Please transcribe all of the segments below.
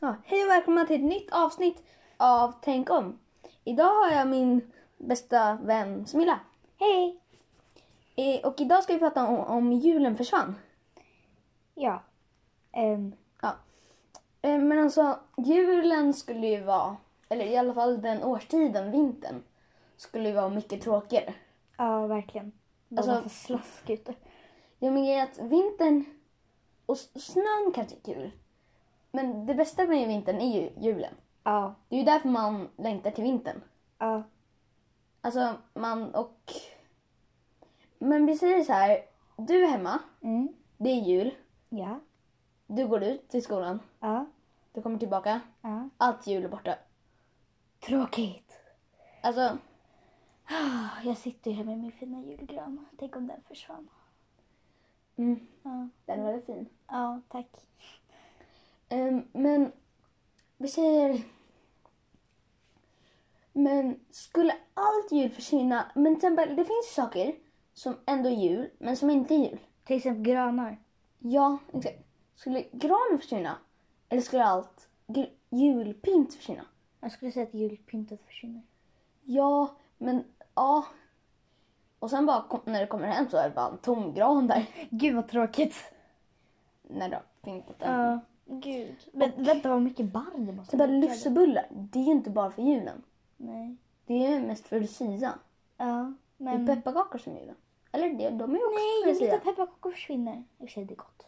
Ja, hej och välkomna till ett nytt avsnitt av Tänk om. Idag har jag min bästa vän Smilla. Hej! Eh, Och idag ska vi prata om, om julen försvann. Ja. Ehm, Ja. Eh, Men alltså, julen skulle ju vara, eller i alla fall den årstiden, vintern, skulle ju vara mycket tråkigare. ja, verkligen. Det var Alltså- massa slask ute. Jag menar att vintern och s- snön kanske är kul. Men det bästa med vintern är ju julen. Ja, Det är ju därför man längtar till vintern. ja, Alltså man och... Men vi säger så här. Du är hemma, mm, det är jul, ja, du går ut till skolan, ja, du kommer tillbaka, ja. allt jul är borta. Tråkigt. Alltså, Ah, Jag sitter ju här med min fina julgran. Tänk om den försvann. mm, Ja, den är väldigt fin. ja tack. Ehm, men vi säger... Men skulle allt jul försvinna, men till exempel, det finns ju saker som ändå är jul, men som inte är jul. Till exempel granar. Ja, exakt. Skulle granen försvinna? Eller skulle allt gr- julpynt försvinna? Jag skulle säga att julpyntet försvinner. Ja, men ja. Och sen bara kom, när du kommer hem så är det bara en tom gran där. Gud vad tråkigt. När du har pyntat den. Ja, gud. Men vänta vad mycket barr det måste Så bara lussebullar, det är ju inte bara för julen. Nej. Det är ju mest för lucia. Ja, men... Det är pepparkakor som är julen. Eller det, de är ju också Nej, för jag vill inte lucia. att pepparkakor försvinner. I och för sig, det är gott.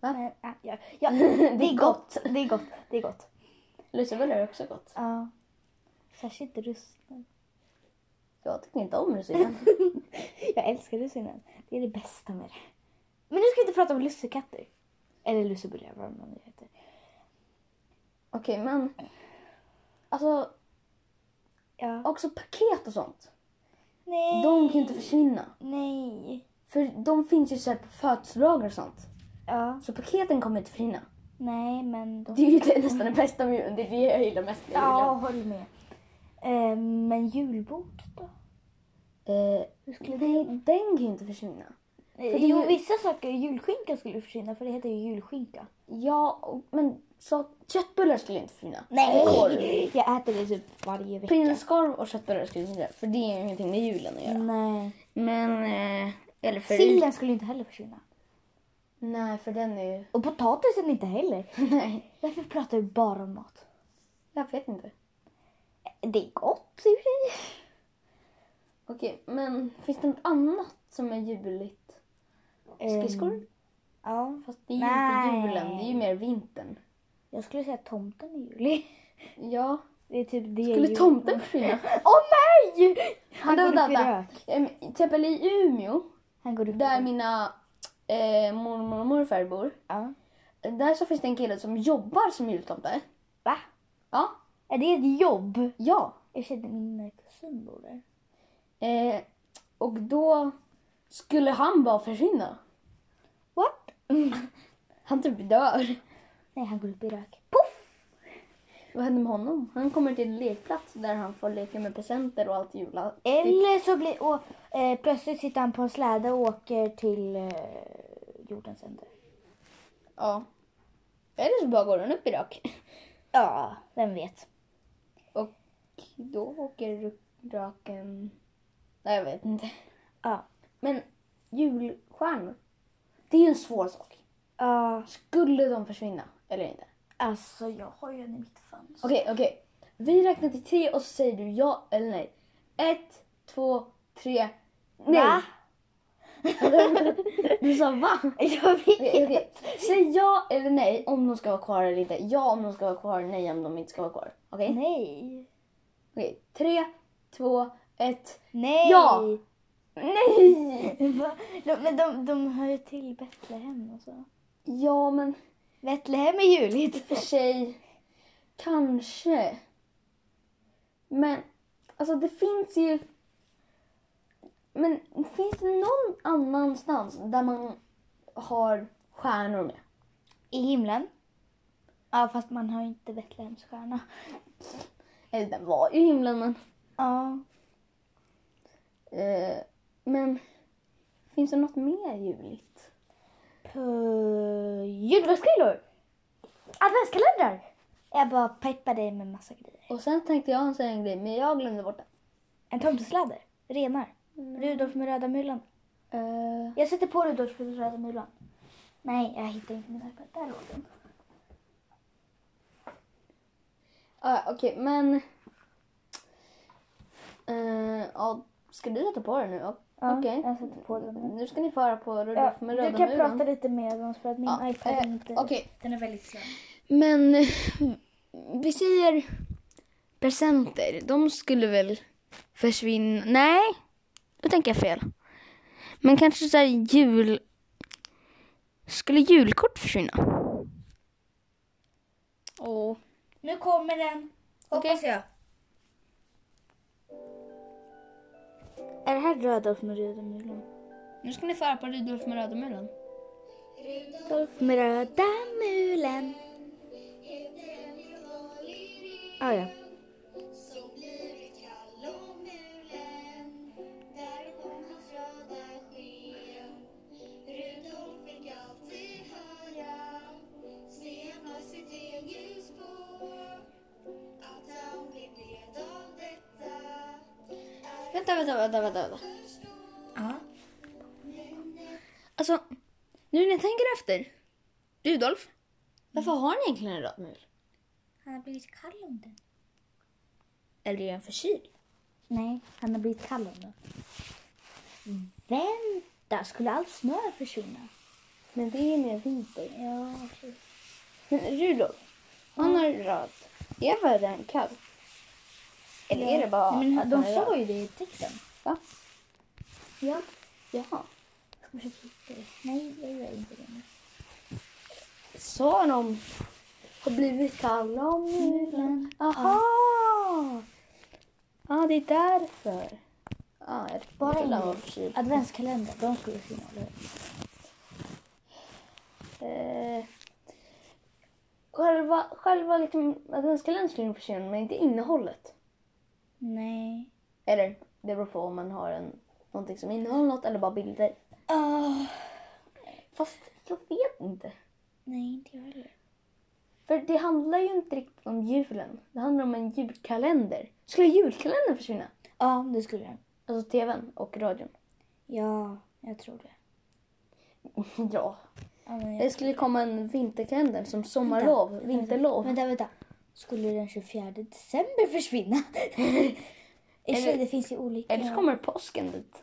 Va? Men, ja, ja, ja, Det det är är gott. Det är gott. Det är gott. Lussebullar är också gott. Ja. Särskilt russinen. Jag tycker inte om lucia. Jag älskar russinen. Det är det bästa med det. Men nu ska vi inte prata om lussekatter. Eller lussebullar, vad man nu heter. Okej, men. Alltså, Ja. också paket och sånt. nej. De kan ju inte försvinna. Nej. För de finns ju så här på födelsedagar och sånt. Ja. Så paketen kommer inte försvinna. Nej, men... De... Det är ju det, nästan det bästa med julen. Det är det jag gillar mest med julen. Ja, håll med. Eh, men julbord då? Eh, Hur skulle det... nej, den kan ju inte försvinna. Eh, för det är jo, ju- vissa saker. Julskinka skulle försvinna för det heter ju julskinka. Ja, och- men så, köttbullar skulle inte försvinna. Korv. Nej! Jag äter det typ varje vecka. Prinskorv och köttbullar skulle inte försvinna, för det är ju ingenting med julen att göra. Nej. Mm. Men... Eh, eller för... Sillen skulle inte heller försvinna. Nej, för den är ju... Och potatisen inte heller. nej, Varför pratar vi bara om mat? jag vet inte. Det är gott i och för sig. Okej, men finns det något annat som är juligt? Skridskor? Ehm, Ja. Fast det är ju nej. inte julen, det är ju mer vintern. Jag skulle säga att tomten är juli. Ja. Det är typ det Skulle jul- tomten försvinna? Åh nej! Han går dödade upp i alla. rök. Ehm, Till exempel i Umeå, Han går upp i där rök. mina eh, mormor och morfar bor. Ja. Där så finns det en kille som jobbar som jultomte. Va? Ja. Är det ett jobb? Ja. Jag kände min eh, kusin bor där. Eh, och då skulle han bara försvinna. What? Han typ dör. Nej, han går upp i rök. Puff! Vad händer med honom? Han kommer till en lekplats där han får leka med presenter och allt jula. Eller så blir... Och, eh, plötsligt sitter han på en släde och åker till eh, jordens ände. Ja. Eller så bara går han upp i rök. Ja, vem vet. Och då åker röken... Nej, jag vet inte. Ja. Men julstjärnor, det är ju en svår sak. Ja. Skulle de försvinna eller inte? Alltså, jag har ju en i mitt fönster. Okej, okej. Vi räknar till tre och så säger du ja eller nej. Ett, två, tre. Nej! Va? Du sa va? Jag Okej, vet. okej. Säg ja eller nej om de ska vara kvar eller inte. Ja om de ska vara kvar, nej om de inte ska vara kvar. Okej? Nej. Okej, tre, två, ett. Nej. Ja. Nej! Va? De, men de, de hör ju till Betlehem och så. Ja, men Betlehem är i juligt. och för sig, kanske. Men, alltså det finns ju... Men finns det någon annanstans där man har stjärnor med? I himlen. Ja, fast man har ju inte Betlehems stjärna. Eller den var ju i himlen, men... Ja. Eh, men finns det något mer juligt? På julgranskulor. Adventskalendrar. Jag bara peppar dig med massa grejer. Och sen tänkte jag en sån här grej, men jag glömde bort den. En tomtesläder. Renar. Rudolf med röda mulan. Eh, Mm. Jag sätter på Rudolf med röda mulan. Nej, jag hittar inte min iPad. Där låg den. ja, ah, Okej, men... Eh, ja, ska du sätta på den nu? Ja, Ja, Okej. Jag sätter på den. nu. Nu ska ni föra på Ja, Rudolf med röda du kan muren. prata lite med oss för att min Ja, iPad är eh, inte... okej. Den är väldigt slö. Men eh, vi säger presenter. De skulle väl försvinna. Nej, nu tänker jag fel. Men kanske så här jul... Skulle julkort försvinna? Åh. Nu kommer den. Hoppas jag. Är det här Rudolf med röda mulan? Nu ska ni föra på Rudolf med röda mulen. Rudolf med röda mulen. Ah, ja. som blivit kall om mulen därom hans röda sken. Rudolf fick alltid höra stenar sitt regnljus på att han blev bled av detta Vänta, vänta, vänta, vänta. vänta. Ja. Alltså, nu när jag tänker efter. Rudolf, varför har han egentligen en röd mul? Han har blivit kall om den. Eller är han förkyld? Nej, han har blivit kall om den. Vänta, skulle all snö försvinna? Men det är mer vinter. Ja, Men Rudolf, han har röd. Är världen kall? Eller är det bara Nej, men att de han är röd? sa ju det i texten. Va? Ja. Jaha. Ska vi försöka hitta det? Nej, jag gör inte det nu. Sa de har blivit kalla om mulen? Aha! Ja, det är därför. Ja, jag Bara trodde han en var grej. förkyld. Adventskalender, de skulle finna det. Eh, själva själva liksom, adventskalendern skulle nog försvinna, men inte innehållet. Nej. Eller, det beror på om man har en, någonting som innehåller något eller bara bilder. Oh. Fast jag vet inte. Nej, inte jag heller. För det handlar ju inte riktigt om julen. Det handlar om en julkalender. Skulle julkalendern försvinna? Ja, det skulle den. Alltså tvn och radion. Ja, jag tror det. ja. Ja, men jag... Det skulle komma en vinterkalender som sommarlov, vinterlov. Vänta, vänta. Skulle den 24 december försvinna? I och för sig, det finns ju olika. Eller så kommer påsken dit.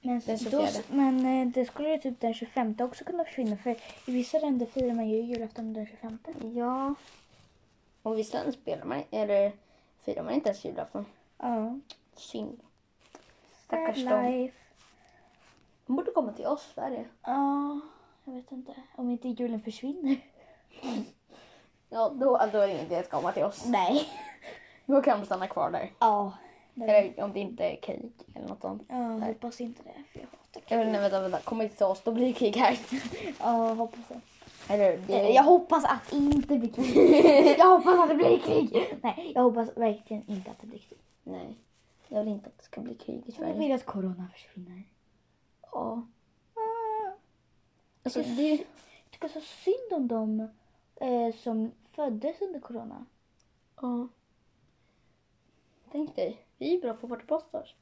men, den då, 24. men eh, det skulle ju typ den 25 också kunna försvinna. För i vissa länder firar man ju julafton den 25. Ja. Och visst den spelar man eller firar man inte ens julafton. Ja. Synd. Sad Stackars dem. life. De borde komma till oss, Sverige. Ja, jag vet inte. Om inte julen försvinner. Ja, då, då är det ingen idé att komma till oss. Nej. Då kan de stanna kvar där. Ja. Mm. Eller om det inte är krig eller något sånt. Ja, hoppas inte det. För jag hatar Eller nej, vänta, vänta. Kom inte till oss, då blir det krig här. Ja, hoppas det. Eller det... Jag hoppas att det inte blir krig. jag hoppas att det blir krig. Nej, jag hoppas verkligen inte att det blir krig. Nej. Jag vill inte att det ska bli krig i Jag Sverige. vill att corona försvinner. Ja. Ah, Alltså, det... Jag tycker så synd om dem eh, som föddes under corona. Ja. Tänk dig, vi är bra på vårt postage.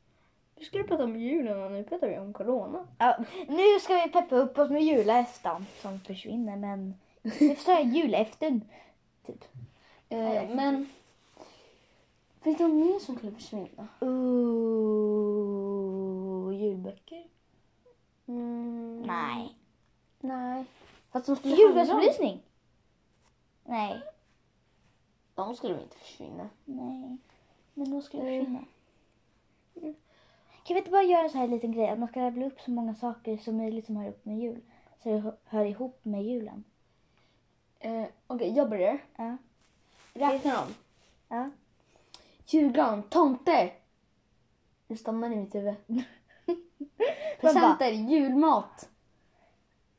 Vi skulle prata om julen och nu pratar vi om corona. Ja, nu ska vi peppa upp oss med julafton som försvinner men... Jag förstår julafton. Typ. Eh, men... Finns det något mer som skulle försvinna? Ooh, julböcker? Mm, Nej. Nej. Fast de skulle handla om- Julgransbelysning? Nej. De skulle väl inte försvinna? Nej. Men då skulle det Mm. försvinna. Kan vi inte bara göra en så här liten grej? Att man ska rabbla upp så många saker som möjligt som hör ihop med jul. Så det hö- hör ihop med julen. Eh, Okej, jag börjar. Ja. Räkna dem. Ja. Julgran, tomte. Nu stannar i mitt huvud. Man Presenter, julmat.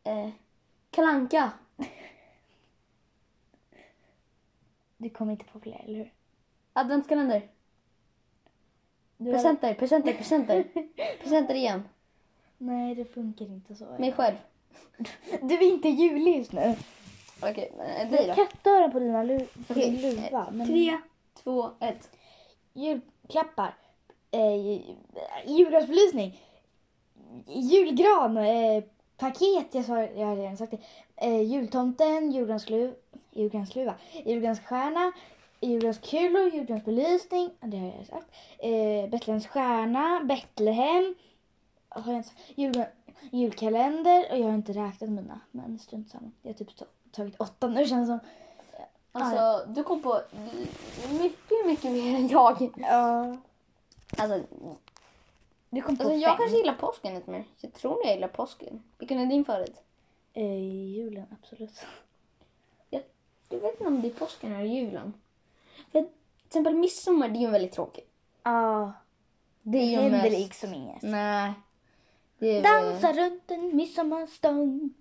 Eh, kalanka. Du kommer inte på fler, eller hur? Adventskalender. Du har- Presenter, presenter, presenter. presenter igen. Nej, det funkar inte så. Mig själv. Du är inte julig just nu. Okej, okay, dig då? Kattöron på dina lu- på din luva. Men Tre, två, ett. Julklappar. Eh, ju- julgransbelysning. Julgran. Eh, paket. Jag, sa, jag har redan sagt det. Eh, jultomten. Julgranslu, julgransluva. Julgransstjärna. Julgranskulor. Julgransbelysning. Det har jag redan sagt. Eh, Betlehems stjärna. Betlehem. Har jag inte sagt. Julgran, julkalender. Och jag har inte räknat mina. Men strunt samma. Jag har typ ta- tagit åtta nu känns det som. Alltså, du kom på mycket, mycket mer än jag. Ja. Alltså, Du kom på alltså fem. jag kanske gillar påsken lite mer. Jag tror jag gillar påsken. Vilken är din favorit? Eh, julen, absolut. Jag vet inte om det är påsken eller julen. För till exempel midsommar, det är ju väldigt tråkigt. Ja, Det är det ju händer mest- liksom inget. Nej. Det är väl- Dansa runt en midsommarstång.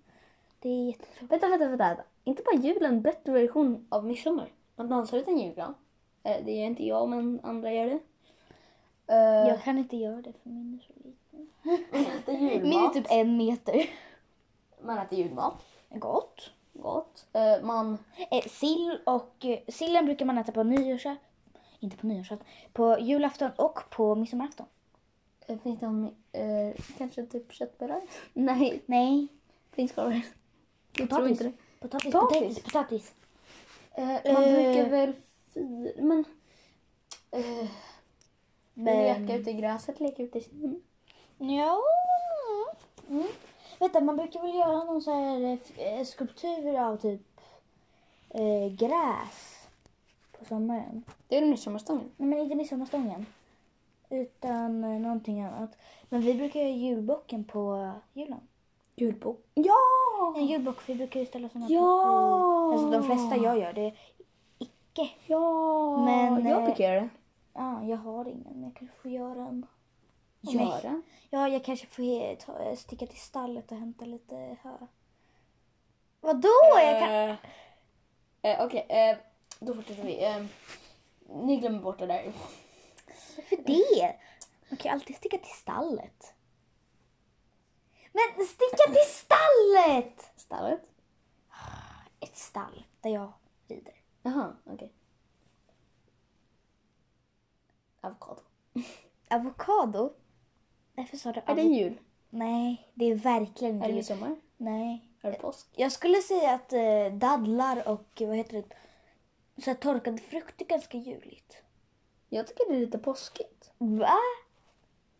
Det är jättetråkigt. Vänta, vänta, vänta. vänta. Inte bara julen, bättre version av midsommar. Man dansar utan julgran. Eh, Det gör inte jag, men andra gör det. Eh, Jag kan inte göra det för min är så liten. äter Min är julmat. typ en meter. Man äter julmat. Gott. Gott. Eh, Man... Eh, sill och eh, sillen brukar man äta på nyårsafton. Inte på nyårsafton. På julafton och på midsommarafton. eh, Finns det om, eh, kanske typ köttbullar? Nej, Nej. prinskorvar. Jag tror Potatis. inte det. Potatis, Potatis. potatis, potatis. Eh, Man Eh. brukar väl fira... Men... eh, Men- Leka ute i gräset, leka ute i snön. Ja. Mm. Vänta, man brukar väl göra någon så här eh, f- eh, skulptur av typ eh, gräs på sommaren. Det är den midsommarstången. Nej, men inte midsommarstången. Utan eh, någonting annat. Men vi brukar göra julbocken på julen. Julbok. Ja! En julbock, vi brukar ju ställa såna på- Ja! i- Alltså de flesta jag gör det. Icke. Ja! Men, jag eh, brukar göra det. Ja, jag har ingen men jag kanske får göra en. Åh, nej. Göra? Ja, jag kanske får he- ta, sticka till stallet och hämta lite hö. Vadå? Jag kan... Eh, eh, Okej, eh, då fortsätter vi. Eh, ni glömmer bort det där. För det? Man kan ju alltid sticka till stallet. Men sticka till stallet! Stallet? Ett stall där jag rider. Jaha, okej. Avokado. Avokado? Därför sa du Är det avo- jul? Nej, det är verkligen Är inte det jul. midsommar? Nej. Är det påsk? Jag skulle säga att eh, dadlar och eh, vad heter det? Så här torkad frukt är ganska juligt. Jag tycker det är lite påskigt. Va?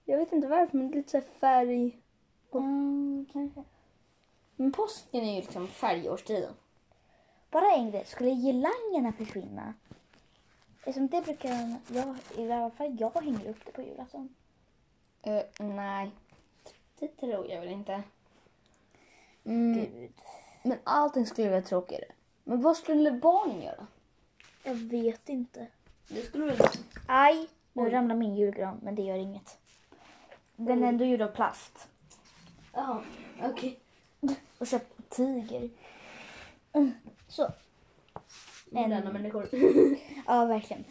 Jag vet inte varför, men det är lite så här färg. Mm, kanske. Men påsken är ju liksom färgårstiden. Bara en grej, skulle girlangerna försvinna? Eftersom det brukar jag, i alla fall jag hänger upp det på julafton. Eh, nej, det tror jag väl inte. Mm, Gud. men allting skulle vara tråkigare. Men vad skulle barnen göra? Jag vet inte. Det skulle väl... Aj, nu Oj. ramlar min julgran, men det gör inget. Den är ändå gjord av plast. Ja, okej. Och köpt på Tiger. Mm. Så. Moderna människor. Ja, verkligen.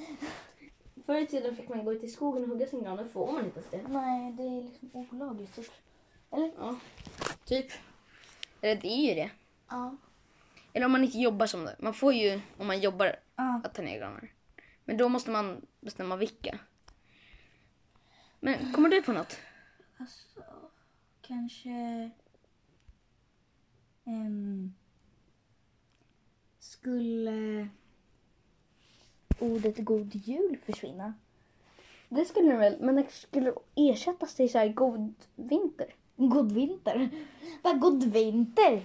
Förr i tiden fick man gå ut i skogen och hugga sin gran. Nu får man inte ens det. Nej, det är liksom olagligt typ. Ja, typ. Eller det är ju det. Ja. Eller om man inte jobbar som det. Man får ju, om man jobbar, Ja. att ta ner granar. Men då måste man bestämma vilka. Men kommer du på något? Alltså, kanske... ehm, skulle ordet god jul försvinna? Det skulle den väl, men den skulle ersättas till så här god vinter. God vinter. Vad god vinter?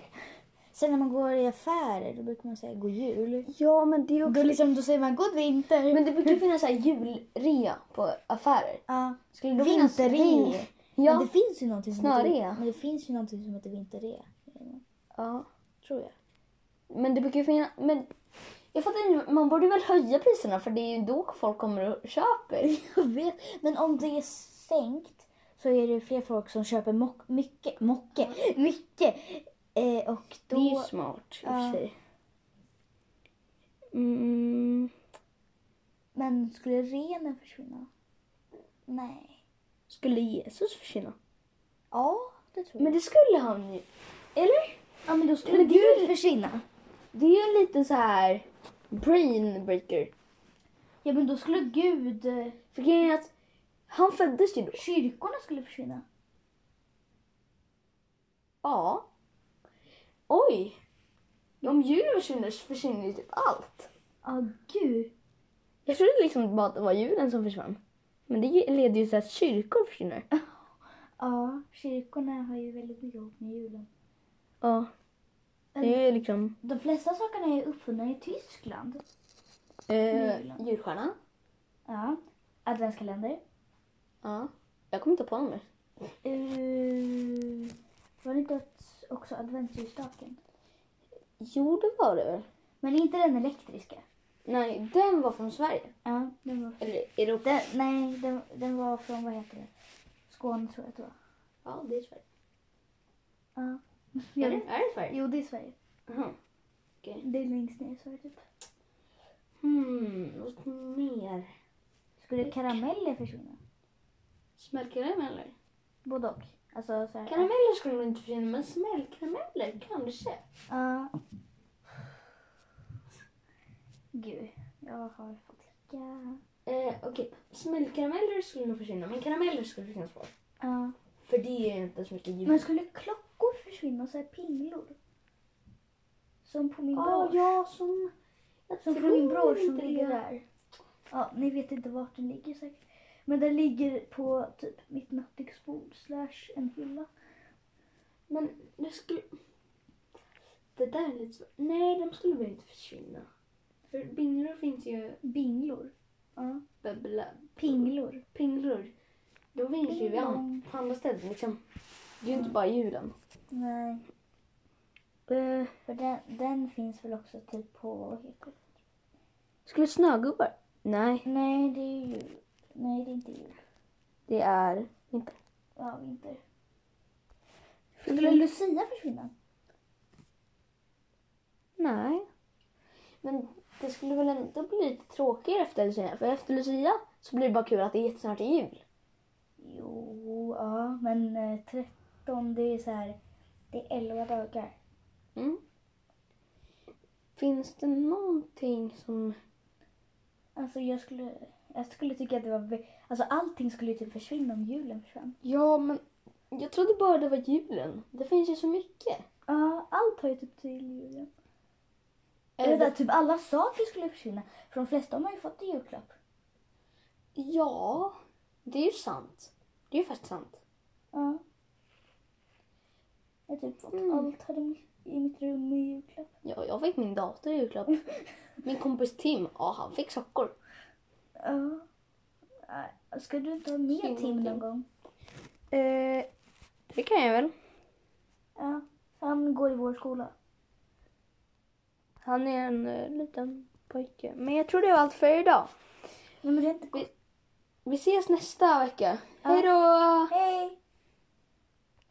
Sen när man går i affärer då brukar man säga god jul. Ja, men det är Då, liksom, då säger man god vinter. Men det brukar ju finnas så här julrea på affärer. ja. Skulle då finnas Vinterrea. vin- Ja. Ja. Men det finns ju någonting som Snörea. Heter, men det finns ju någonting som heter vinterrea. ja. Tror jag. Men det brukar ju finnas... Men jag fattar inte, man borde väl höja priserna för det är ju då folk kommer och köper. Jag vet. Men om det är sänkt så är det fler folk som köper mock, mycket, mocke, mycket. Eh, och Det är ju då... smart i och Ja. för sig. Mm, Men skulle renen försvinna? Nej. skulle Jesus försvinna? Ja, det tror jag. Men det skulle han ju. Eller? Ja men då skulle Men det ju... försvinna? Det är ju en liten så här brain breaker. Ja men då skulle Gud, eh, För grejen är att han föddes ju då. kyrkorna skulle försvinna. Ja. Oj! Om julen försvinner så försvinner ju typ allt. Ja gud. Jag trodde liksom bara att det var julen som försvann. Men det leder ju till att kyrkor försvinner. Ja, kyrkorna har ju väldigt mycket ihop med julen. Ja. Det är ju liksom... De flesta sakerna är uppfunna i Tyskland. Eh, julstjärnan. Ja. Adventskalender. Ja. Jag kommer inte på någon mer. Uh, Eh, var det inte att- också adventsljusstaken? Jo, det var det väl. Men inte den elektriska. Nej, den var från Sverige. Ja, den var... Eller Europa. Den, nej, den, den var från, vad heter det? Skåne tror jag att det var. Ja, det är Sverige. Ja. Är det, är det Sverige? Jo, det är Sverige. Jaha. Det är längst ner i Sverige typ. Hmm, något mer. Skulle karameller försvinna? Smällkarameller? eller? Både och. Alltså så här. Karameller skulle nog inte försvinna, men smällkarameller kanske. Ja. Gud, jag har fått ligga. Eh, Okej, smällkarameller skulle nog försvinna, men karameller skulle finnas kvar. Ja. För det är inte så mycket Men jul. skulle klockor försvinna? Så här pinglor? Som på min Ja, bror. ja, som... Jag Som på tror min bror som inte det. ligger där. Ja, ni vet inte vart den ligger säkert. Men den ligger på typ mitt nattduksbord slash en hylla. Men det skulle... Det där är lite svårt. Nej, de skulle väl inte försvinna. För binglor finns ju... Binglor. Ja. Bubbla, Pinglor. pinglor. De finns ju i an- på andra ställen liksom. Det är ju inte bara julen. Nej. Eh, För den, den finns väl också typ på Heko? skulle snögubbar? Nej, Nej, det är ju... Nej, det är inte jul. det är inte. Ja, vinter. Skulle Lucia försvinna? Nej. Men det skulle väl ändå bli lite tråkigare efter Lucia. För efter Lucia så blir det bara kul att det är jättesnart är jul. Jo, ja, men eh, 13 det är så här... Det är 11 dagar. Mm. Finns det någonting som... Alltså jag skulle, jag skulle tycka att det var... vä- Alltså allting skulle ju typ försvinna om julen försvann. Ja, men jag trodde bara det var julen. Det finns ju så mycket. Ja, allt har ju typ till julen. Eller där, typ alla saker skulle försvinna. För de flesta har man ju fått i julklapp. Ja, det är ju sant. Det är ju faktiskt sant. Ja. Jag har typ fått Mm. allt hade mi- i mitt rum i julklapp. Ja, jag fick min dator i julklapp. Min kompis Tim, ja han fick sockor. Ja. Nej, Ska du inte ha med Kring Tim någon någonting. gång? Eh, det kan jag väl. Ja. Han går i vår skola. Han är en eh, liten pojke. Men jag tror det var allt för idag. Nej men det är inte gott. Vi ses nästa vecka. Hej då! Hej!